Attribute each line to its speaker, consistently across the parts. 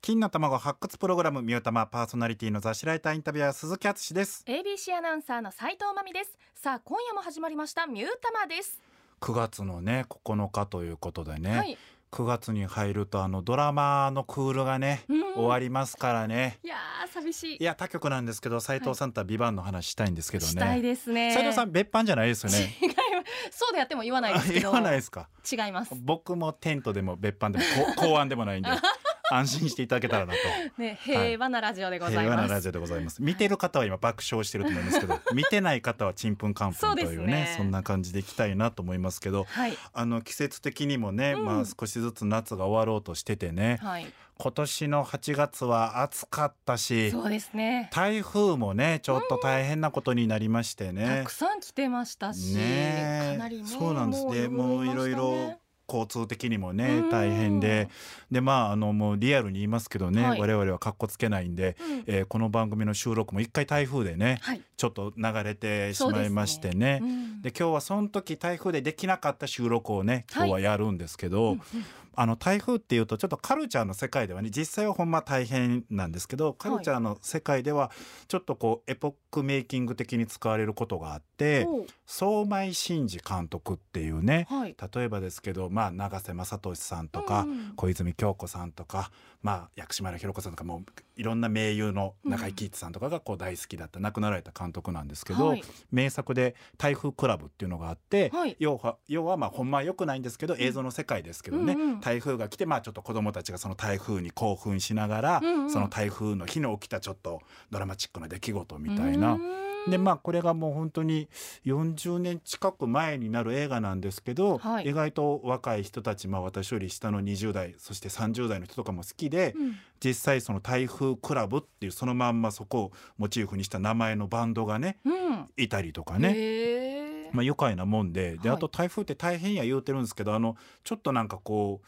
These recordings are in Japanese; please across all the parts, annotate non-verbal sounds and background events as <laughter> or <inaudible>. Speaker 1: 金の卵発掘プログラムミュータマパーソナリティの雑誌ライターインタビュアー鈴木敦です。
Speaker 2: ABC アナウンサーの斉藤まみですさあ今夜も始まりましたミュータマです、
Speaker 1: 9月のね9日ということでね、
Speaker 2: はい、
Speaker 1: 9月に入るとあのドラマのクールがね、
Speaker 2: うん
Speaker 1: 終わりますからね。
Speaker 2: いやー寂しい
Speaker 1: いや他局なんですけど斉藤さんとはビバンの話したいんですけど
Speaker 2: したい
Speaker 1: ね。
Speaker 2: ですね
Speaker 1: 斉藤さん別班じゃないですよね。
Speaker 2: 違いますそうでやっても言わないですけ
Speaker 1: <laughs> 言
Speaker 2: ど
Speaker 1: わないですか。
Speaker 2: 違います
Speaker 1: 僕もテントでも別班でもこう公安でもないん <laughs> で安心していただけたらなと。
Speaker 2: ね平和なラジオでござい
Speaker 1: 平和
Speaker 2: ま
Speaker 1: な
Speaker 2: す、
Speaker 1: ラジオでございます見てる方は今爆笑してると思いますけ
Speaker 2: <laughs>
Speaker 1: ど見てない方はちんぷんかんぷ
Speaker 2: そ
Speaker 1: ん
Speaker 2: う
Speaker 1: とい
Speaker 2: で
Speaker 1: う
Speaker 2: すね
Speaker 1: ねそんな感じでいきたいなと思いますけど
Speaker 2: はい
Speaker 1: あの季節的にもね、
Speaker 2: うん
Speaker 1: まあ少しずつ夏が終わろうとしててね
Speaker 2: はい
Speaker 1: 今年の8月は暑かったし
Speaker 2: そうですね
Speaker 1: 台風もねちょっと大変なことになりまして
Speaker 2: た
Speaker 1: ね
Speaker 2: く。さん来てましたし、
Speaker 1: ねえ
Speaker 2: かなりね
Speaker 1: そうなんですねもういろいろ交通的にもね
Speaker 2: うん
Speaker 1: 大変ででまああのもうリアルに言いますけどね、
Speaker 2: はい
Speaker 1: 我々はかっこつけないんで、
Speaker 2: うんうん
Speaker 1: えーこの番組の収録も一回台風でね
Speaker 2: はい、
Speaker 1: ちょっと流れてしまいましてね。で
Speaker 2: うん
Speaker 1: 今日はその時台風でできなかった収録をね今
Speaker 2: はい
Speaker 1: 日はやるんですけど、
Speaker 2: うん
Speaker 1: あの台風っていうとちょっとカルチャーの世界ではね実際はほんま大変なんですけどカルチャーの世界ではちょっとこうエポックメイキング的に使われることがあって
Speaker 2: お
Speaker 1: 相米真嗣監督っていうね
Speaker 2: はい
Speaker 1: 例えばですけど、まあ、永瀬正敏さんとか、
Speaker 2: うんうん
Speaker 1: 小泉京子さんとか、まあ、薬師丸ひろ子さんとかもういろんな名優の中井貴一さんとかがこう大好きだった、亡くなられた監督なんですけど、
Speaker 2: はい
Speaker 1: 名作で「台風クラブ」っていうのがあって、
Speaker 2: はい
Speaker 1: 要は要はまあほんまは良くないんですけど映像の世界ですけどね、
Speaker 2: うんうん
Speaker 1: 台風が来て、まあ、ちょっと子どもたちがその台風に興奮しながら、
Speaker 2: うんうん
Speaker 1: その台風の日の起きたちょっとドラマチックな出来事みたいな。
Speaker 2: うん
Speaker 1: でまあこれがもう本当に40年近く前になる映画なんですけど、
Speaker 2: はい
Speaker 1: 意外と若い人たち、まあ、私より下の20代そして30代の人とかも好きで、
Speaker 2: うん
Speaker 1: 実際その台風クラブっていうそのまんまそこをモチーフにした名前のバンドがね
Speaker 2: うん
Speaker 1: いたりとかね。
Speaker 2: へえ
Speaker 1: まあ、愉快なもんでで
Speaker 2: はい
Speaker 1: あと台風って大変や言うてるんですけど、あのちょっとなんかこう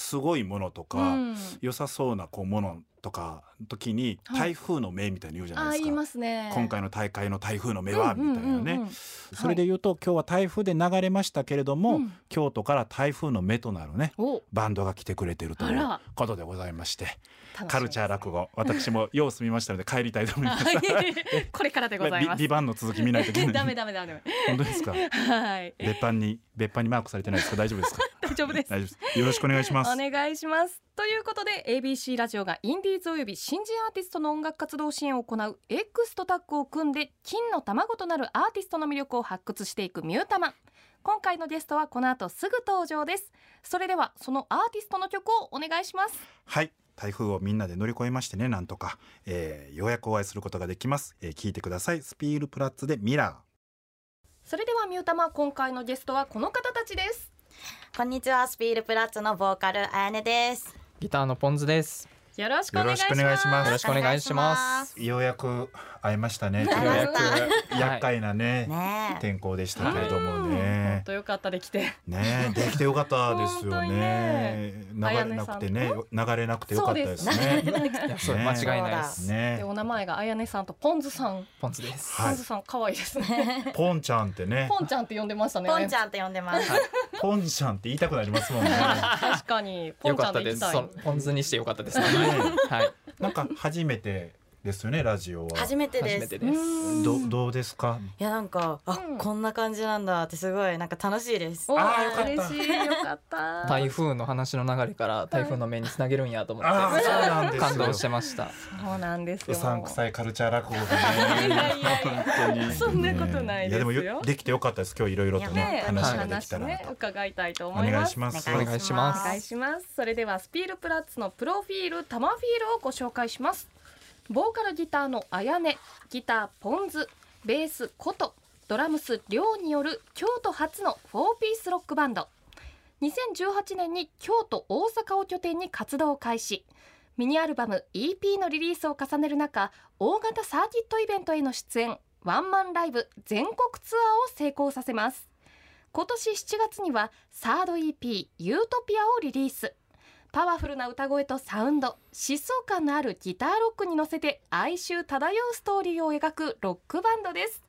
Speaker 1: すごいものとか、
Speaker 2: うん
Speaker 1: 良さそうなこうものとかの時に
Speaker 2: はい
Speaker 1: 台風の目みたいに言うじゃない
Speaker 2: あ
Speaker 1: で
Speaker 2: ー
Speaker 1: す
Speaker 2: 言
Speaker 1: か。
Speaker 2: いますね
Speaker 1: 今回の大会の台風の目はみたいな
Speaker 2: うんうんうんう
Speaker 1: ね
Speaker 2: ん
Speaker 1: それで言うと今日は台風で流れましたけれども、
Speaker 2: うん
Speaker 1: 京都から台風の目となるね
Speaker 2: お
Speaker 1: バンドが来てくれてるとい
Speaker 2: あ
Speaker 1: う
Speaker 2: ら
Speaker 1: ことでございましてカルチャー落語私もよう済みましたので帰りたいと
Speaker 2: <laughs>
Speaker 1: 思います。
Speaker 2: ーこれからでござい
Speaker 1: ビ <laughs>
Speaker 2: ます
Speaker 1: ビバンの続き見ないといけ
Speaker 2: <laughs>
Speaker 1: な
Speaker 2: ダメ
Speaker 1: い。
Speaker 2: ダメダメ
Speaker 1: 本当ですか。
Speaker 2: はい
Speaker 1: 別班に別班にマークされてないですか。大丈夫ですか。
Speaker 2: 大丈夫です
Speaker 1: 大丈夫です。よろしくお願いします。
Speaker 2: お願いしますということで ABC ラジオがインディーズおよび新人アーティストの音楽活動支援を行う X とタッグを組んで金の卵となるアーティストの魅力を発掘していくミュータマン今回のゲストはこの後すぐ登場ですそれではそのアーティストの曲をお願いします
Speaker 1: はい。台風をみんなで乗り越えましてね、なんとか、えーようやくお会いすることができます。えー聞いてください。スピールプラッツでミラー。
Speaker 2: それではミュータマ今回のゲストはこの方たちです
Speaker 3: こんにちは、スピールプラッツのボーカルあやねです。
Speaker 4: ギターのポンズです。
Speaker 2: よろしくお願いし
Speaker 1: よろしくお願いしま
Speaker 4: よ
Speaker 1: す
Speaker 2: ます
Speaker 4: ろしくお願いします。
Speaker 1: ようやく会えましたね。
Speaker 2: 会えました
Speaker 1: ようやく <laughs> 厄介なね、
Speaker 3: ねえ。
Speaker 1: 天候でしたけれどもね
Speaker 2: 本。当よかったできて
Speaker 1: ねえ、できてよかったですよね。流
Speaker 2: 当に
Speaker 1: れ
Speaker 2: ね
Speaker 1: なくてね、流れなくてよかったです
Speaker 2: そう
Speaker 1: ね。
Speaker 4: いや、そう、
Speaker 1: ね
Speaker 4: 間違いないです。
Speaker 2: で
Speaker 1: ね
Speaker 2: お名前があ <laughs> やねさんとポンズさん
Speaker 4: ポンズです。
Speaker 1: はい
Speaker 2: ポンズさん可愛いですね
Speaker 1: え、ポンちゃんってね、
Speaker 2: ポンちゃんって呼んでましたね
Speaker 3: ポンちゃんって呼んでます。
Speaker 1: ポンちゃんって言いたくなりますもんね。
Speaker 2: 確かにポ
Speaker 4: よ
Speaker 2: ンち
Speaker 4: か
Speaker 2: ゃ
Speaker 4: っ
Speaker 2: ん
Speaker 4: た
Speaker 2: で行
Speaker 4: で
Speaker 2: き
Speaker 4: す。
Speaker 2: たい
Speaker 4: そのポンズにしてよかったです。
Speaker 1: ね
Speaker 4: はい。
Speaker 1: なんか初めてですよね、ラジオは。
Speaker 3: <laughs> 初めて
Speaker 4: 初
Speaker 3: で
Speaker 4: め
Speaker 3: す。
Speaker 4: て
Speaker 3: い
Speaker 4: です。
Speaker 2: うん
Speaker 1: どどうですか。
Speaker 3: や、なんか、あ、
Speaker 2: うん
Speaker 3: こんな感じなんだって、すごい、なんか楽しいです。
Speaker 2: お
Speaker 1: あ
Speaker 2: ー
Speaker 1: ーよかった
Speaker 2: 嬉しいよかった
Speaker 4: 台風の話の流れから台風の目につなげるんやと思
Speaker 1: あ <laughs> あ、
Speaker 4: っ
Speaker 1: そうなん
Speaker 4: て
Speaker 1: ですよ。
Speaker 4: 感動してました。
Speaker 2: そうなんです
Speaker 1: う
Speaker 2: よ
Speaker 1: さんくさいカルチャー落語がね。
Speaker 2: いやいやいや
Speaker 1: 本当に
Speaker 2: そんなことないですよ
Speaker 1: いやでもよできてよかったです。今日いろいろと
Speaker 3: いや。
Speaker 1: ね
Speaker 2: ね
Speaker 1: 話ができ
Speaker 2: 話
Speaker 1: たらな
Speaker 2: ね
Speaker 1: と。
Speaker 2: 伺いたいと
Speaker 1: お
Speaker 2: 思い
Speaker 1: 願い
Speaker 2: ます
Speaker 1: します。
Speaker 4: お願いします
Speaker 2: お願いしますそれではスピールプラッツのプロフィールタマフィールをご紹介しますボーカルギターのあやねギターポンズベースことドラムスりょうによる京都初の4ピースロックバンド2018年に京都大阪を拠点に活動を開始ミニアルバム EP のリリースを重ねる中大型サーキットイベントへの出演ワンマンライブ全国ツアーを成功させます今年7月にはサード EP「ユートピア」をリリースパワフルな歌声とサウンド疾走感のあるギターロックに乗せて哀愁漂うストーリーを描くロックバンドです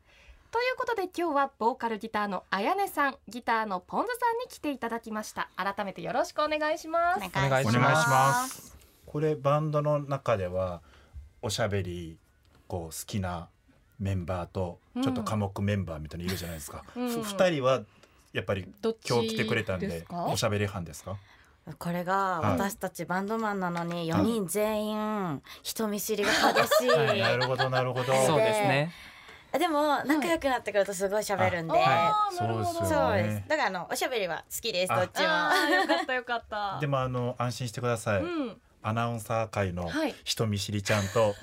Speaker 2: ということで今日はボーカルギターのあやねさんギターのポンズさんに来ていただきました改めてよろしくお願いします
Speaker 4: お願いします
Speaker 1: お願いしますこれバンドの中ではおしゃべりこう好きなメンバーと
Speaker 2: うん
Speaker 1: ちょっと寡黙メンバーみたいにいるじゃないですか、ふ
Speaker 2: う
Speaker 1: 二
Speaker 2: ん
Speaker 1: 2人はやっぱり
Speaker 2: どっち
Speaker 1: 今日来てくれたんです
Speaker 2: か
Speaker 1: おしゃべり班ですか
Speaker 3: これが
Speaker 1: はい
Speaker 3: 私たちバンドマンなのに4人全員人見知りが激しい、
Speaker 1: はいなるほどなるほど
Speaker 4: そうですね。
Speaker 3: でも仲良くなってくるとすごい喋るんで、
Speaker 1: は
Speaker 2: あーなるほ
Speaker 1: そう
Speaker 2: ど
Speaker 1: です
Speaker 3: そう
Speaker 1: よ
Speaker 3: です
Speaker 1: ね
Speaker 3: だからあのおしゃべりは好きです
Speaker 1: あ
Speaker 3: どっち
Speaker 2: あ
Speaker 3: も
Speaker 2: ーよかったよかった。
Speaker 1: でもあの安心してください、
Speaker 2: うん、
Speaker 1: アナウンサー界の
Speaker 2: はい
Speaker 1: 人見知りちゃん
Speaker 2: <laughs>
Speaker 1: と、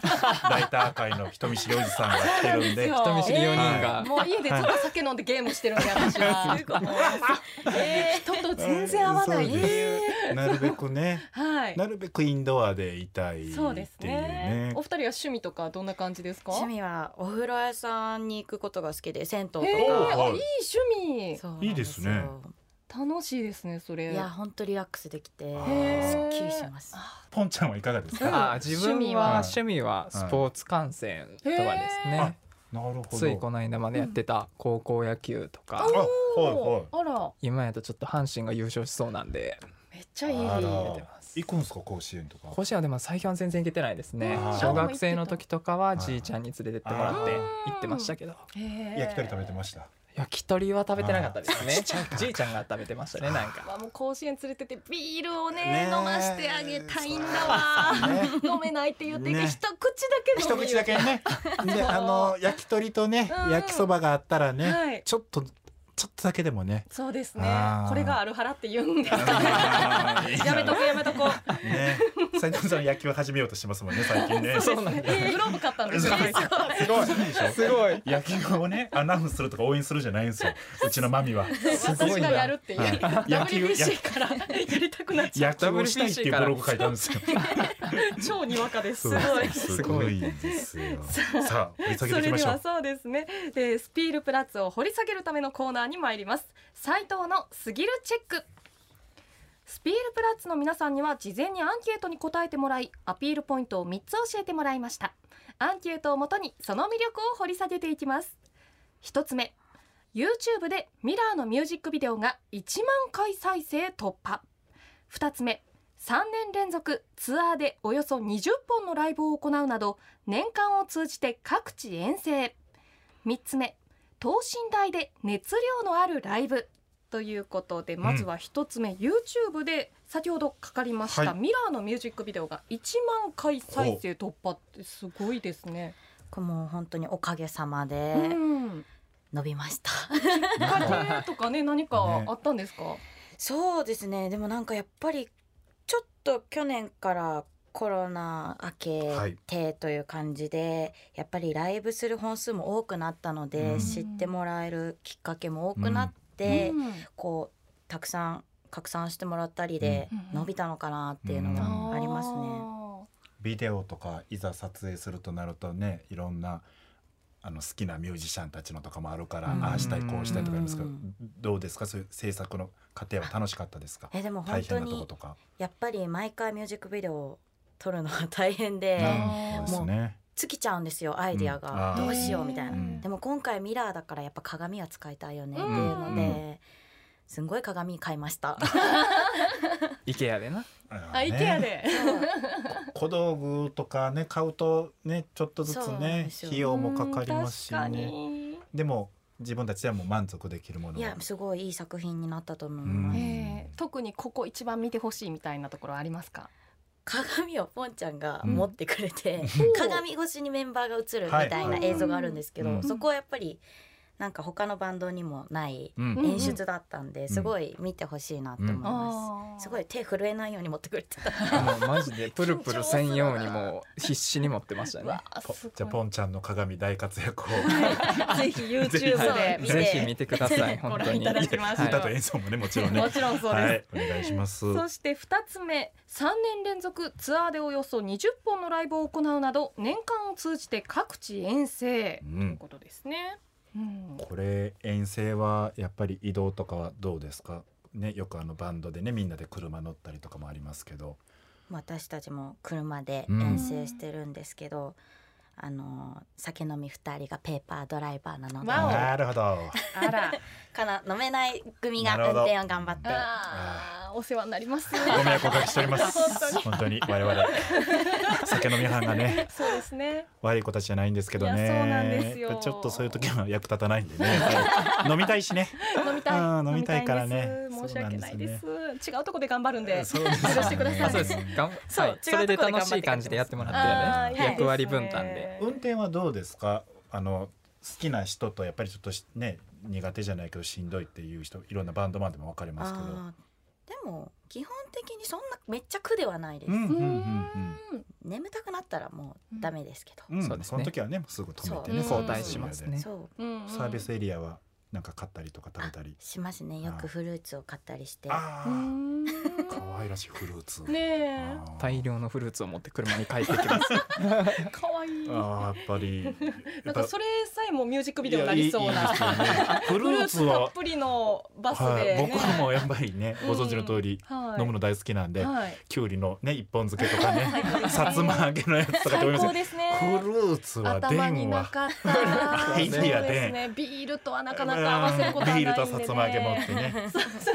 Speaker 1: ライター界の人見知りおじさんが来てるんで
Speaker 4: 人見知り4人
Speaker 1: は
Speaker 4: が
Speaker 2: もう家でちょっと酒飲んでゲームしてるんで私は。 <laughs> えー、人と全然合わないっていう。
Speaker 1: なるべくね <laughs>
Speaker 2: はい。
Speaker 1: なるべくインドアでいたいっていうね
Speaker 2: そうですね。お二人は趣味とかどんな感じですか？
Speaker 3: 趣味はお風呂屋さんに行くことが好きで銭湯とか、
Speaker 2: えー、あ
Speaker 1: はい
Speaker 2: いい趣味。
Speaker 3: そうなんよ
Speaker 1: いいですね
Speaker 2: 楽しいですねそれ。
Speaker 3: いや本当リラックスできて
Speaker 1: あ
Speaker 2: へー
Speaker 1: す
Speaker 3: っきりします
Speaker 2: あ
Speaker 1: ポンちゃんはいかがですか、
Speaker 4: あー自分は趣味は
Speaker 1: はい
Speaker 4: スポーツ観戦とかです
Speaker 2: へ
Speaker 1: ー
Speaker 4: ね。
Speaker 1: なるほ
Speaker 4: つい
Speaker 1: ど
Speaker 4: この間までやってた高校野球とか、
Speaker 1: あはいはい
Speaker 2: おーあら
Speaker 4: 今やとちょっと阪神が優勝しそうなんで
Speaker 2: めっちゃいい。
Speaker 1: あ
Speaker 4: 見れて
Speaker 1: ら
Speaker 4: ます。
Speaker 1: 行くんですか甲子園とか
Speaker 4: 甲子園はでも最近は全然行けてないですね
Speaker 1: あー
Speaker 4: 小学生の時とかはじいちゃんに連れてってもらって
Speaker 1: あ
Speaker 2: ー
Speaker 4: 行ってましたけど
Speaker 2: へー
Speaker 1: 焼き鳥食べてました
Speaker 4: 焼き鳥は食べてなかったですねじいちゃんが食べてましたねなんか
Speaker 2: まあもう甲子園連れてってビールをね
Speaker 1: ねえ
Speaker 2: 飲ましてあげたいんだわ、
Speaker 1: ね
Speaker 2: 飲めないって言って、
Speaker 1: ね
Speaker 2: 一口だけ
Speaker 1: 一
Speaker 2: 飲む
Speaker 1: 口だけ
Speaker 2: <laughs>
Speaker 1: ねであの焼き鳥とね
Speaker 2: うん
Speaker 1: 焼きそばがあったらね、
Speaker 2: はい
Speaker 1: ちょっとちょっとだけでもね
Speaker 2: そうですね
Speaker 1: あー
Speaker 2: これがある腹って言うんですかね
Speaker 1: や
Speaker 2: <laughs> やめとこうやめとこう
Speaker 1: <laughs> ね斉藤さん野球を始めようとしてますもんね最近ね
Speaker 4: そうなんだ
Speaker 2: グローブ買ったんで
Speaker 1: <laughs>
Speaker 2: す
Speaker 1: す
Speaker 2: よ
Speaker 1: ごい
Speaker 4: す
Speaker 1: <laughs>
Speaker 4: ごい
Speaker 1: 野球をねアナウンスするとか応援するじゃないん <laughs> ですようちのマミは
Speaker 4: す
Speaker 2: <laughs>
Speaker 4: ご
Speaker 2: 私
Speaker 4: い
Speaker 2: が
Speaker 4: な
Speaker 2: やるっていう
Speaker 1: はい
Speaker 2: <laughs>
Speaker 1: 野球
Speaker 2: WBC からやりたくなっちゃ
Speaker 1: 野球をしたいっていうブログ書いたんですよ
Speaker 2: う超にわかですす
Speaker 1: <laughs>
Speaker 2: ごい
Speaker 1: すごいんですよさあ掘り下げて
Speaker 2: そ
Speaker 1: い
Speaker 2: れ
Speaker 1: きま
Speaker 2: で
Speaker 1: しょ
Speaker 2: は
Speaker 1: う
Speaker 2: そうですね、えースピールプラッツを掘り下げるためのコーナーに参ります斉藤のすぎるチェックスピールプラッツの皆さんには事前にアンケートに答えてもらいアピールポイントを3つ教えてもらいましたアンケートをもとにその魅力を掘り下げていきます1つ目 YouTube でミラーのミュージックビデオが1万回再生突破2つ目3年連続ツアーでおよそ20本のライブを行うなど年間を通じて各地遠征3つ目等身大で熱量のあるライブということでまずは1つ目、YouTube で先ほどかかりました、
Speaker 1: はい
Speaker 2: ミラーのミュージックビデオが1万回再生突破ってすごいですね。
Speaker 3: これもう本当におかげさまで
Speaker 2: うん、
Speaker 3: 伸びました、 <laughs>
Speaker 2: 家庭とかね何かあったんですか、
Speaker 3: そうですねでもなんかやっぱりちょっと去年からコロナ
Speaker 1: は
Speaker 3: 明
Speaker 1: い
Speaker 3: けてという感じで、やっぱりライブする本数も多くなったので、
Speaker 1: うん
Speaker 3: 知ってもらえるきっかけも多くなって、
Speaker 2: うん
Speaker 3: こうたくさん拡散してもらったりで
Speaker 2: うん
Speaker 3: 伸びたのかなっていうのもありますね。
Speaker 1: <laughs> ビデオとかいざ撮影するとなるとねいろんなあの好きなミュージシャンたちのとかもあるから、
Speaker 3: うん
Speaker 1: ああしたいこうしたいとかありますけど、
Speaker 3: うん
Speaker 1: どうですかそういう制作の過程は楽しかったですか
Speaker 3: えでも
Speaker 1: 大
Speaker 3: 本当
Speaker 1: 変なとこ
Speaker 3: に
Speaker 1: とか、
Speaker 3: やっぱり毎回ミュージックビデオを撮るのは大変で、
Speaker 2: ー
Speaker 1: うんそうですね
Speaker 3: 尽きちゃうんですよアイディア
Speaker 1: うんあ
Speaker 3: が、
Speaker 1: ー
Speaker 3: どうしようみたいな、
Speaker 1: うん
Speaker 3: でも今回ミラーだからやっぱ鏡は使いたいよねっていうので、
Speaker 1: う
Speaker 3: すんごい鏡買いました。
Speaker 4: IKEA でな
Speaker 1: あ
Speaker 2: あ、
Speaker 1: ー
Speaker 2: イ
Speaker 1: ね
Speaker 2: ケアで。
Speaker 1: 小道具とかね買うとねちょっとずつ
Speaker 3: そうなん
Speaker 1: ね
Speaker 3: ですよ
Speaker 1: 費用もかかりますし
Speaker 2: うん確か
Speaker 1: ね
Speaker 2: に
Speaker 1: でも自分たちではもう満足できるもの
Speaker 3: <laughs> い
Speaker 1: が
Speaker 3: やすごいいい作品になったと思います。
Speaker 1: うん
Speaker 2: えー特にここ一番見てほしいみたいなところありますか。
Speaker 3: 鏡をポンちゃんが
Speaker 1: うん
Speaker 3: 持ってくれて、鏡越しにメンバーが映るみたい
Speaker 1: は
Speaker 3: ない映像があるんですけど、
Speaker 1: うん
Speaker 3: そこはやっぱりなんか他のバンドにもない
Speaker 1: うん
Speaker 2: うん
Speaker 3: 演出だったんで、すごい見てほしいなと思います。すご
Speaker 2: い。
Speaker 3: い手震えないように持ってくれてた。
Speaker 4: もうマジでプルプル専用にもう必死に持ってましたね
Speaker 2: わあ、
Speaker 1: ポ
Speaker 2: す
Speaker 1: じゃあ
Speaker 2: ご
Speaker 1: ポ <laughs> ンちゃんの鏡大活躍を
Speaker 2: い。
Speaker 3: <laughs>
Speaker 2: ぜひ YouTube で見
Speaker 4: ぜ
Speaker 2: て。
Speaker 4: ひ見てく
Speaker 2: <laughs>
Speaker 4: ださい
Speaker 2: ご
Speaker 4: 本当
Speaker 2: 覧い
Speaker 4: に
Speaker 2: ただきましょ
Speaker 1: <laughs>
Speaker 2: う
Speaker 1: 歌と演奏もねもちろんね
Speaker 2: もちろんそう
Speaker 1: は
Speaker 2: で
Speaker 1: いお願いします
Speaker 2: す。そして二つ目、三年連続ツアーでおよそ20本のライブを行うなど年間を通じて各地遠征
Speaker 1: う
Speaker 2: というんことですね。うん。
Speaker 1: これ遠征はやっぱり移動とかはどうですかねよくあのバンドでねみんなで車乗ったりとかもありますけど
Speaker 3: 私たちも車で
Speaker 1: うん
Speaker 3: 遠征してるんですけど、あの酒飲み2人がペーパードライバーなので
Speaker 2: わお
Speaker 1: なるほど。
Speaker 2: あ
Speaker 1: <laughs>
Speaker 2: ら
Speaker 3: かな飲めない組が
Speaker 1: なるほ
Speaker 3: 運
Speaker 1: ど
Speaker 3: 転を頑張って
Speaker 2: あーお世話になります
Speaker 1: ご迷惑おかけしております。
Speaker 2: <laughs> 本
Speaker 1: 本当に我々酒飲み班がね
Speaker 2: そうですね
Speaker 1: 悪い子たちじゃないんですけどね。
Speaker 2: いやそうなんですよ
Speaker 1: やっぱちょっとそういう時は役立たないんで
Speaker 2: <laughs>
Speaker 1: ね。飲みたいしね。
Speaker 2: 飲みた
Speaker 1: あ
Speaker 2: い
Speaker 1: ー飲みたいからね
Speaker 2: 飲みたいんです申し訳ないです
Speaker 1: そ
Speaker 2: 違うとこで頑張るんで
Speaker 1: そうですね
Speaker 2: 許してください
Speaker 4: あそうです。がん
Speaker 3: そう
Speaker 4: はい、
Speaker 3: 違う
Speaker 4: それで
Speaker 3: とこで頑張って
Speaker 4: 楽しい感じでやってもらったよね。
Speaker 2: あーいいですね
Speaker 4: 役割分担で
Speaker 1: 運転はどうですか。あの好きな人とやっぱりちょっとしね苦手じゃないけどしんどいっていう人いろんなバンドマンでも分かれますけど。
Speaker 3: あーでも基本的にそんなめっちゃ苦ではないです、
Speaker 1: うんうんうん
Speaker 3: 眠たくなったらもうダメですけど、
Speaker 1: うん。うん
Speaker 4: そうですね
Speaker 1: その時はねすぐ止めてね。
Speaker 2: そう
Speaker 1: 交代
Speaker 2: 交代し
Speaker 4: ますね
Speaker 3: そう
Speaker 2: うんうん
Speaker 1: サービスエリアはなんか買ったりとか食べたり。
Speaker 3: しますねよくフルーツを買ったりして
Speaker 1: あ
Speaker 2: う
Speaker 1: あ
Speaker 2: んね
Speaker 1: 可愛らしいフルーツ。
Speaker 2: え
Speaker 1: あー
Speaker 4: 大量のフルーツを持って車に帰ってきます。
Speaker 2: <laughs> 可愛い <laughs> な
Speaker 1: ああやっぱり。や
Speaker 2: ん
Speaker 1: っぱ
Speaker 2: かそれさえもミュージックビデオになりそう
Speaker 1: いやいいいい
Speaker 2: な
Speaker 1: です
Speaker 2: <laughs>
Speaker 1: よねフ
Speaker 2: フ
Speaker 1: ル
Speaker 2: ル
Speaker 1: ー
Speaker 2: ー
Speaker 1: ツ
Speaker 2: ツた
Speaker 1: は
Speaker 2: っ。ぷりのバスで
Speaker 1: はい、
Speaker 2: ね
Speaker 1: 僕もやっぱりね、ご存知の通り、
Speaker 2: はい
Speaker 1: 飲むの大好きなんで、
Speaker 2: はい
Speaker 1: きゅうりのね、一本漬けとかね、
Speaker 2: は
Speaker 1: <laughs>
Speaker 2: い
Speaker 1: さつま揚げのやつとかでもいい
Speaker 2: 最
Speaker 1: です
Speaker 2: 高
Speaker 1: よ
Speaker 2: ですね
Speaker 1: フルーツは
Speaker 2: 頭に
Speaker 1: 電
Speaker 2: な
Speaker 1: 話。
Speaker 2: かった。
Speaker 1: アイ <laughs> ディアで
Speaker 2: そうすね。ビールとはなかなか合わせることはないん
Speaker 1: ビ
Speaker 2: で、
Speaker 1: ー
Speaker 2: ね。
Speaker 1: ルとさつま揚げ持って
Speaker 2: <laughs>
Speaker 1: ね、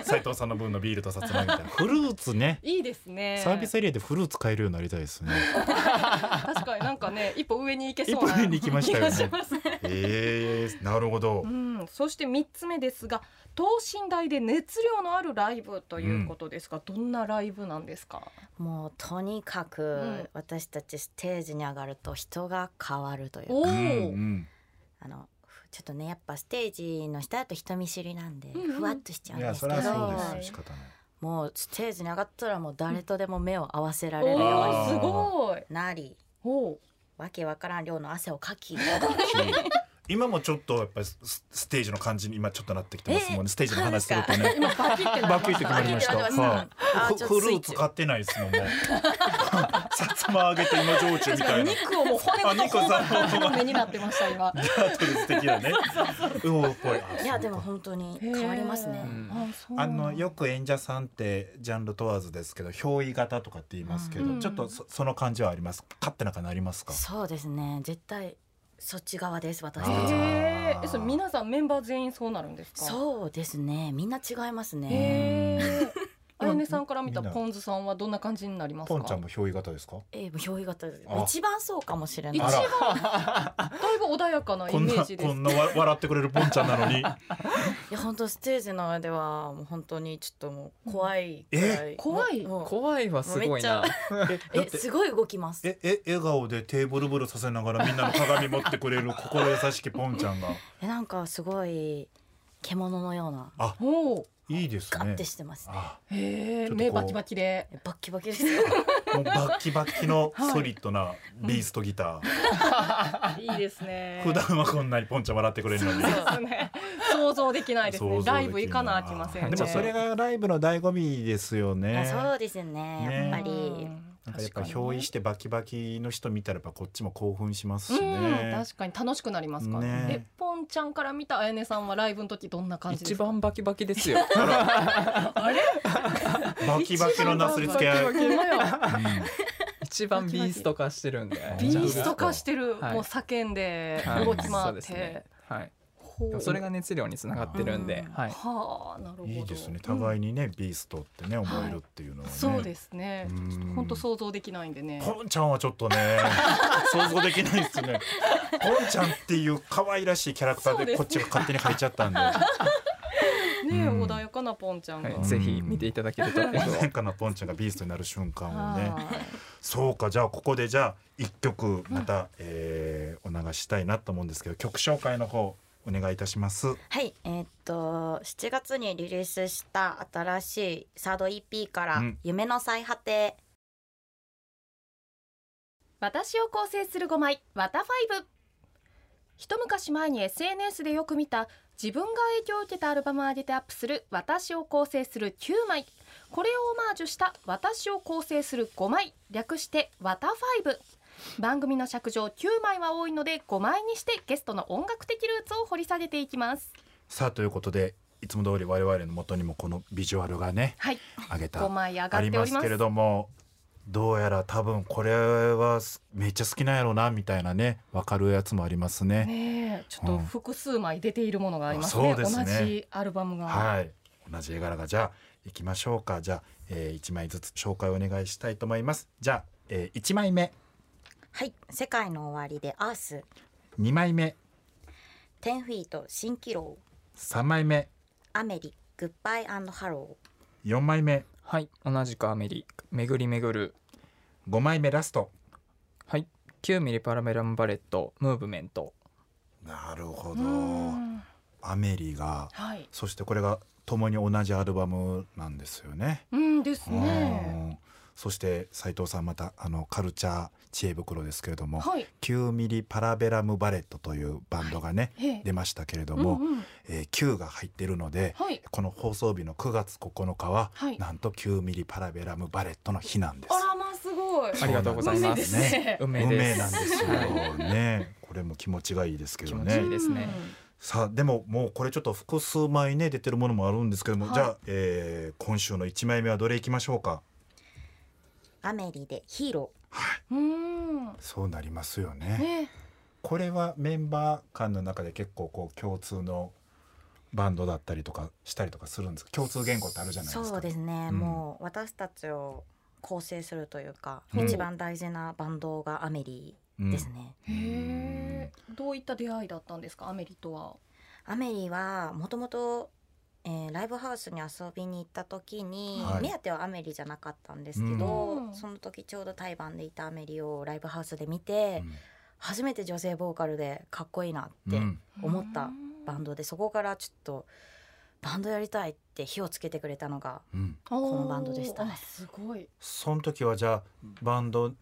Speaker 1: 斉藤さんの分のビールとさつま揚げみたいな、フルーツね。
Speaker 2: いいですね。
Speaker 1: サービスエリアでフルーツ買えるようになりたいですね。 <laughs>
Speaker 2: 確かになんかね、一歩上に行け
Speaker 1: 一
Speaker 2: そうな
Speaker 1: 歩目に行きました
Speaker 2: 気
Speaker 1: よ
Speaker 2: がし
Speaker 1: ね。
Speaker 2: ます。
Speaker 1: ええなるほど
Speaker 2: う。ん、そして三つ目ですが、等身大で熱量のあるライブということですが、どんなライブなんですか。
Speaker 3: もうとにか
Speaker 2: ん
Speaker 3: く私たちステージに上がると人が変わるというか、
Speaker 2: おお、
Speaker 1: うんうん
Speaker 3: あのふちょっとねやっぱステージの下だと人見知りなんで、
Speaker 2: うんうん
Speaker 3: ふわっとしちゃうん
Speaker 1: い
Speaker 3: で
Speaker 1: や、
Speaker 3: すけ
Speaker 1: そ
Speaker 3: ど
Speaker 1: れは
Speaker 2: う
Speaker 1: そう
Speaker 2: は
Speaker 1: で
Speaker 2: い
Speaker 1: す。仕方ない。
Speaker 3: もうステージに上がったらもう誰とでも目を合わせられ
Speaker 2: お
Speaker 3: るよ
Speaker 2: お、
Speaker 3: う
Speaker 2: す
Speaker 3: に
Speaker 2: ごい。
Speaker 3: なり
Speaker 2: おお、
Speaker 3: わけわからん量の汗をかき
Speaker 1: 今もちょっとやっぱりスステージの感じに今ちょっとなってきて
Speaker 2: <laughs>
Speaker 1: ますもんね、ステージの話するとね
Speaker 2: 今バキってな
Speaker 1: バ
Speaker 2: り
Speaker 1: ク
Speaker 2: ま
Speaker 1: イっ
Speaker 2: してた。
Speaker 1: くなりました
Speaker 3: バクイってなりました
Speaker 1: はい
Speaker 3: あちょっと
Speaker 1: フルーツ買ってないですもんね <laughs> さつま揚げと芋焼酎みたいな
Speaker 2: 肉をもう骨
Speaker 1: あ
Speaker 2: ご
Speaker 1: 肉を
Speaker 2: と
Speaker 1: さ
Speaker 2: 骨の目になってました今。
Speaker 1: ガートル素敵だねうんこれあ
Speaker 3: いや
Speaker 1: そうか
Speaker 3: でも本当に変わります
Speaker 2: へ
Speaker 3: ね
Speaker 2: ー
Speaker 4: うん
Speaker 2: あ、そうな
Speaker 1: あ
Speaker 2: んだ
Speaker 1: のよく演者さんってジャンル問わずですけど憑依型とかって言いますけど、
Speaker 2: うん
Speaker 1: ちょっとそその感じはあります勝手な感じありますか
Speaker 3: そうですね絶対そっち側です私
Speaker 1: あ
Speaker 3: たち
Speaker 1: ー
Speaker 3: は
Speaker 2: へーえ、それ皆さんメンバー全員そうなるんですか。
Speaker 3: そうですねみんな違います
Speaker 2: へ
Speaker 3: ね
Speaker 2: え。あやねさんから見た
Speaker 1: みんな
Speaker 2: ポンズさんはどんな感じになりますか。
Speaker 1: ポンちゃんも憑依型ですか
Speaker 3: えー、もう憑依型です
Speaker 1: あ
Speaker 3: 一番そうかもしれ
Speaker 2: 一
Speaker 3: ない
Speaker 2: 番だいぶ穏やかなイ
Speaker 1: こん
Speaker 2: メ
Speaker 1: な
Speaker 2: ージで
Speaker 1: こ
Speaker 2: す
Speaker 1: ん。なわ笑ってくれるポンちゃんなのに
Speaker 3: いや本当ステージの上ではもう本当にちょっともう怖いくらい
Speaker 2: え怖い
Speaker 3: もうもう
Speaker 4: 怖いはすごいな
Speaker 3: め。
Speaker 1: えだっ
Speaker 3: え
Speaker 1: て
Speaker 3: すごい動きますえ
Speaker 1: ええ笑顔で手ブルブルさせながらみんなの鏡持ってくれる心優しきポンちゃんが
Speaker 3: なんかすごい獣のような
Speaker 2: おお。
Speaker 1: いいです
Speaker 3: ガ
Speaker 1: ね
Speaker 3: ッてしてますね
Speaker 1: あ
Speaker 2: へえ。
Speaker 1: ちょっとこう
Speaker 2: 目バキバキで。
Speaker 3: バッキバキですよ
Speaker 1: もうバッキバキのソリッドなビーストギター、
Speaker 2: いいですね。
Speaker 1: 普段はこんなにポンちゃん笑ってくれるのに
Speaker 2: そうですね。想像できないです
Speaker 1: 想像
Speaker 2: ね。
Speaker 1: できな
Speaker 2: ラ
Speaker 1: い
Speaker 2: イブ行かなあきませんね。
Speaker 1: でもそれがライブの醍醐味ですよね
Speaker 3: あそうですね
Speaker 1: ね
Speaker 3: やっぱり、
Speaker 1: なんかやっぱ
Speaker 4: 確か
Speaker 1: 憑依してバキバキの人見たらやっぱこっちも興奮しますし
Speaker 2: うん、
Speaker 1: ね
Speaker 2: 確かに楽しくなりますからね。
Speaker 1: ね
Speaker 2: え、ポンちゃんから見たあやねさんはライブの時どんな感じで
Speaker 4: 一
Speaker 2: すか。
Speaker 4: 番バキバキですよ。
Speaker 1: バキバキのなすりつけ合い、うん、
Speaker 4: 一番ビースト化してるんで。
Speaker 2: ビースト化してる、
Speaker 4: はい
Speaker 2: もう叫んで
Speaker 4: はい
Speaker 2: 動き回
Speaker 4: そうで
Speaker 2: っ
Speaker 4: すね
Speaker 2: て、
Speaker 4: はい。
Speaker 2: ほ
Speaker 4: でも
Speaker 2: う
Speaker 4: それが熱量につながってるんで
Speaker 3: う、ん
Speaker 4: はい。
Speaker 2: はあなるほど
Speaker 1: <laughs> いいですね互いにね、ビーストってね思えるっていうのはね、
Speaker 2: そうですね
Speaker 1: うん
Speaker 2: ちょっと本当想像できないんでね
Speaker 1: ポンちゃんはちょっと
Speaker 2: <laughs>
Speaker 1: ね想像できないですねポンちゃんっていう可愛らしいキャラクターでこっちが勝手に入っちゃったんで
Speaker 2: ね
Speaker 1: うん
Speaker 2: 穏やかなポンちゃんが、
Speaker 4: はい
Speaker 2: はい
Speaker 4: ぜひ見ていただけると。
Speaker 1: <laughs> 変化なポンちゃんがビーストになる瞬間をねそうかじゃあここでじゃあ一曲また、えーお流ししたいなと思うんですけど曲紹介の方お願いいたします
Speaker 3: はいえーっと7月にリリースした新しいサード EP から「
Speaker 1: うん
Speaker 3: 夢の最果て
Speaker 2: 私を構成する5枚ワタファイブ一昔前に SNS でよく見た自分が影響を受けたアルバムを上げてアップする私を構成する9枚これをオマージュした私を構成する5枚略してワタファイブ番組の尺上9枚は多いので5枚にしてゲストの音楽的ルーツを掘り下げていきます
Speaker 1: さあということでいつも通り我々の元にもこのビジュアルがね
Speaker 2: はい
Speaker 1: 上げた
Speaker 2: 5枚上が
Speaker 1: あ
Speaker 2: っ
Speaker 1: り
Speaker 2: てお
Speaker 1: ま
Speaker 2: り
Speaker 1: す
Speaker 2: ます
Speaker 1: けれどもどうやら多分これはすめっちゃ好きなんやろうなみたいなね分かるやつもありますね。
Speaker 2: ねえちょっと複数枚出ているものがあります
Speaker 1: うん
Speaker 2: ね,、
Speaker 1: あそうですね
Speaker 2: 同じアルバムが、
Speaker 1: はい同じ絵柄がじゃあ行きましょうかじゃあ、え1枚ずつ紹介お願いしたいと思います。じゃあ、え1枚目
Speaker 3: はい「世界の終わり」で「アース
Speaker 1: 2枚目」
Speaker 3: 「10フィート」「蜃気楼」
Speaker 1: 3枚目
Speaker 3: 「アメリ」「グッバイハロー
Speaker 1: 4枚目
Speaker 4: はい同じくアメリ「巡り巡る
Speaker 1: 5枚目ラスト。」
Speaker 4: はい9ミリパラメラムバレット「ムーブメント
Speaker 1: なるほ
Speaker 2: う
Speaker 1: ど。
Speaker 2: ん
Speaker 1: アメリが
Speaker 2: はい
Speaker 1: そしてこれが共に同じアルバムなんですよね。
Speaker 2: うんですね
Speaker 1: うんそして斉藤さんまたあのカルチャー知恵袋ですけれども
Speaker 2: はい
Speaker 1: 9ミリパラベラムバレットというバンドがね、
Speaker 2: ええ
Speaker 1: 出ましたけれども、
Speaker 2: うんうん
Speaker 1: えー、9が入ってるので、
Speaker 2: はい
Speaker 1: この放送日の9月9日は、
Speaker 2: はい
Speaker 1: なんと9ミリパラベラムバレットの日なんです
Speaker 2: あ。らまあすごい
Speaker 4: ありがとうございます
Speaker 1: そうなんですね
Speaker 4: 運命
Speaker 1: 運命
Speaker 4: です
Speaker 1: なんですよ
Speaker 4: は
Speaker 1: ね。これも気持ちがいいですけど
Speaker 4: 気持ちい
Speaker 1: ね
Speaker 4: い。ですね
Speaker 1: さあでももうこれちょっと複数枚ね出てるものもあるんですけども、
Speaker 2: はい
Speaker 1: じゃあ、えー今週の1枚目はどれいきましょうか。」
Speaker 3: 「アメリ」で「ヒーロー
Speaker 2: うんうん
Speaker 1: そうなりますよね。
Speaker 2: ね
Speaker 1: これはメンバー間の中で結構こう共通のバンドだったりとかしたりとかするんですか。」共通言語ってあるじゃないですか。
Speaker 3: そうですね、
Speaker 1: うん
Speaker 3: もう私たちを構成するというか、
Speaker 1: うん
Speaker 3: 一番大事なバンドが「アメリ」
Speaker 1: うん
Speaker 3: ですね。
Speaker 2: へえどういった出会いだったんですかアメリとは
Speaker 3: アメリはもともと、えーライブハウスに遊びに行った時に、
Speaker 1: はい
Speaker 3: 目当てはアメリじゃなかったんですけど、
Speaker 2: うん
Speaker 3: その時ちょうど対バンでいたアメリをライブハウスで見て、初めて女性ボーカルでかっこいいなっ
Speaker 1: うんう
Speaker 3: て
Speaker 1: ん
Speaker 3: 思った
Speaker 2: うん
Speaker 3: バンドで、そこからちょっとバンドやりたいって火をつけてくれたのが
Speaker 1: うん
Speaker 3: このバンドでしたね
Speaker 2: あーすごい
Speaker 1: その時はじゃあバンド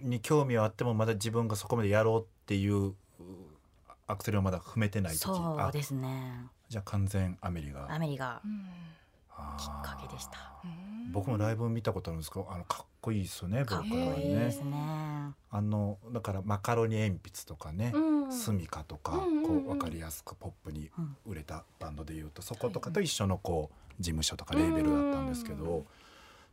Speaker 1: に興味はあってもまだ自分がそこまでやろうっていううアクセルをまだ踏めてない時
Speaker 3: そう
Speaker 1: あ
Speaker 3: ですね
Speaker 1: じゃあ完全アメリが
Speaker 3: アメリが
Speaker 2: うん
Speaker 1: あ
Speaker 3: きっ
Speaker 1: ー
Speaker 3: かけでした
Speaker 2: うん
Speaker 1: 僕もライブ見たことあるんですけどあのかっこいいですよね
Speaker 3: かっ
Speaker 1: 僕
Speaker 3: こ
Speaker 1: はいね
Speaker 3: いですね、
Speaker 1: あのだからマカロニ鉛筆とかね、
Speaker 2: うん
Speaker 1: スミカとか、
Speaker 2: うんうんうん
Speaker 1: こう分かりやすくポップに
Speaker 3: うん
Speaker 1: 売れたバンドでいうとそことかと一緒のこう事務所とかレーベルだったんですけど、
Speaker 2: うん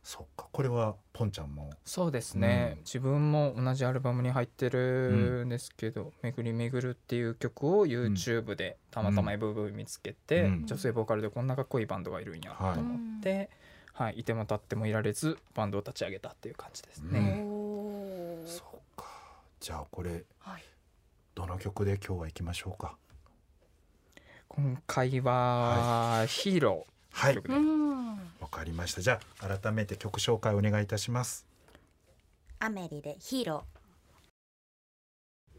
Speaker 1: そっかこれはポンちゃんも
Speaker 4: そうですね、
Speaker 1: うん
Speaker 4: 自分も同じアルバムに入ってるんですけど「巡り巡る」っていう曲を YouTube でたまたま MV 見つけて、
Speaker 1: うん
Speaker 4: 女性ボーカルでこんなかっこいいバンドがいるんや
Speaker 1: はい
Speaker 4: と思って、はい、いても立ってもいられずバンドを立ち上げたっていう感じです
Speaker 1: う
Speaker 4: ね。
Speaker 1: ん
Speaker 2: おー
Speaker 1: そっかじゃあこれ
Speaker 2: はい
Speaker 1: どの曲で今日は行きましょうか
Speaker 4: 今回は「ヒーロー」
Speaker 1: はい
Speaker 4: 曲で
Speaker 2: うん
Speaker 1: わかりましたじゃあ改めて曲紹介お願いいたします
Speaker 3: アメリでヒーロ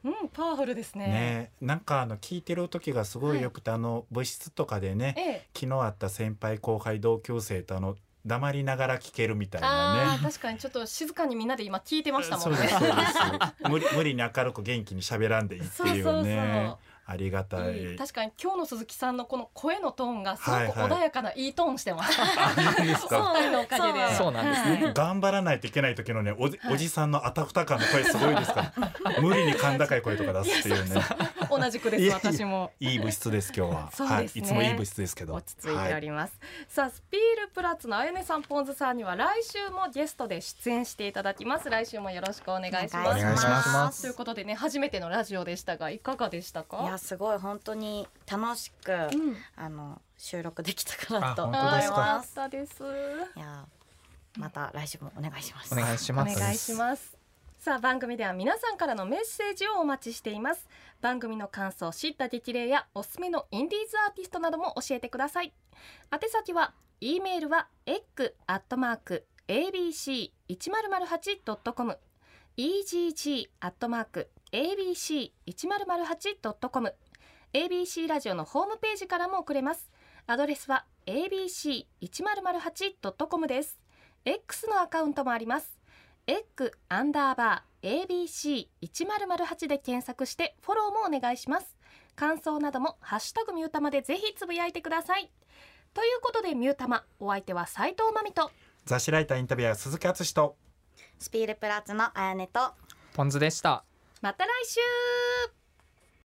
Speaker 2: うんパワフルですね
Speaker 1: ねえなんかあの聴いてる時がすごいよくて、あの部室とかでね
Speaker 2: ええ
Speaker 1: 昨日あった先輩後輩同級生とあの黙りながら聴けるみたいな
Speaker 2: あー
Speaker 1: ね
Speaker 2: 確かにちょっと静かにみんなで今聞いてましたも
Speaker 1: そ
Speaker 2: ん
Speaker 1: う
Speaker 2: ね
Speaker 1: ですそうです無理無理に明るく元気に喋らんでいいって
Speaker 2: <laughs> そう
Speaker 1: い
Speaker 2: そううそう
Speaker 1: ねありがた
Speaker 2: い
Speaker 1: い
Speaker 2: い確かに今日の鈴木さんのこの声のトーンがすごく
Speaker 1: はいはい
Speaker 2: 穏やかないいトーンしてます。
Speaker 1: あなんです
Speaker 2: お
Speaker 1: か
Speaker 2: 二人のおかげで。
Speaker 4: そうなんです
Speaker 3: ね
Speaker 1: 頑張らないといけない時のねおじ,、
Speaker 2: はい
Speaker 1: おじさんのあたふた感の声すごいですから
Speaker 2: <laughs>
Speaker 1: 無理に甲高い声とか出すっていうね
Speaker 2: 同じくで
Speaker 1: いやい
Speaker 2: す
Speaker 1: や
Speaker 2: 私も。
Speaker 1: いい部室です今日は、
Speaker 2: そう
Speaker 1: はい
Speaker 2: で
Speaker 1: い
Speaker 2: すね
Speaker 1: つもいい部室ですけど
Speaker 2: 落ち着いております、さあスピールプラッツのあゆねさんポンズさんには来週もゲストで出演していただきます来週もよろしくお願いし
Speaker 3: ー
Speaker 2: ます
Speaker 1: お願いします
Speaker 2: ということでね初めてのラジオでしたがいかがでした
Speaker 3: いや
Speaker 2: か
Speaker 3: すごい本当に楽しく、
Speaker 2: うん
Speaker 3: あの収録できたかな
Speaker 4: あ
Speaker 3: と思い
Speaker 4: 本当
Speaker 2: あ
Speaker 4: で
Speaker 2: ー
Speaker 4: す
Speaker 2: よ
Speaker 4: か
Speaker 2: か
Speaker 3: ま
Speaker 2: っ
Speaker 3: す。
Speaker 2: たです
Speaker 3: いやまた来週もお願いします。
Speaker 4: お願いします
Speaker 2: お願いしますさあ番組では皆さんからのメッセージをお待ちしています番組の感想知った激励やおすすめのインディーズアーティストなども教えてください宛先は e メールは egg@abc1008.com egg@abc1008.com abc ラジオのホームページからも送れますアドレスは abc1008.com です X のアカウントもあります。エッグアンダーバー ABC 一ゼロゼ八で検索してフォローもお願いします。感想などもハッシュタグミュータマでぜひつぶやいてください。ということでミュータマお相手は斉藤まみと
Speaker 1: 雑誌ライターインタビュアー鈴木敦と
Speaker 3: スピールプラッツのあやねと
Speaker 4: ポンズでした
Speaker 2: また来週。